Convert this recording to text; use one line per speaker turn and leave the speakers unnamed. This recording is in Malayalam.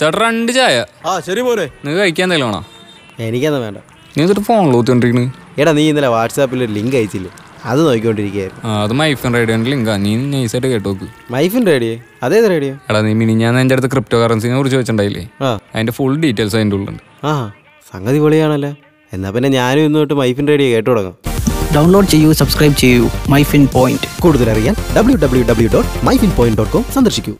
ചേട്ടാ രണ്ട് ചായ
ആ ശരി പോലെ
നിങ്ങൾക്ക് കഴിക്കാൻ എന്തെങ്കിലും ആണോ
എനിക്കെന്നാ വേണ്ട
നീ എന്നിട്ട് ഫോണിൽ ഊത്തിക്കൊണ്ടിരിക്കണ്
എടാ നീ ഇന്നലെ വാട്സാപ്പിൽ ഒരു ലിങ്ക് അയച്ചില്ലേ അത് നോക്കിക്കൊണ്ടിരിക്കുകയായിരുന്നു
ആ, അത് മൈഫിൻ റേഡിയോൻ്റെ ലിങ്കാ നീ നൈസായിട്ട് കേട്ടു നോക്ക്
മൈഫിൻ റേഡിയോ അതേത് റേഡിയോ
എടാ നീ മിനി ഞാൻ എൻ്റെ അടുത്ത് ക്രിപ്റ്റോ കറൻസിനെ കുറിച്ച് വെച്ചിട്ടുണ്ടായില്ലേ
ആ
അതിൻ്റെ ഫുൾ ഡീറ്റെയിൽസ് അതിൻ്റെ ഉള്ളിലുണ്ട്
ആ സംഗതി പൊളിയാണല്ലോ എന്നാ പിന്നെ ഞാനും ഇന്ന് തൊട്ട് മൈഫിൻ റേഡിയോ കേട്ടു തുടങ്ങാം
ഡൗൺലോഡ് ചെയ്യൂ സബ്സ്ക്രൈബ് ചെയ്യൂ മൈഫിൻ പോയിന്റ്
കൂടുതലറിയാൻ W W W dot Myfin point dot com സന്ദർശിക്കൂ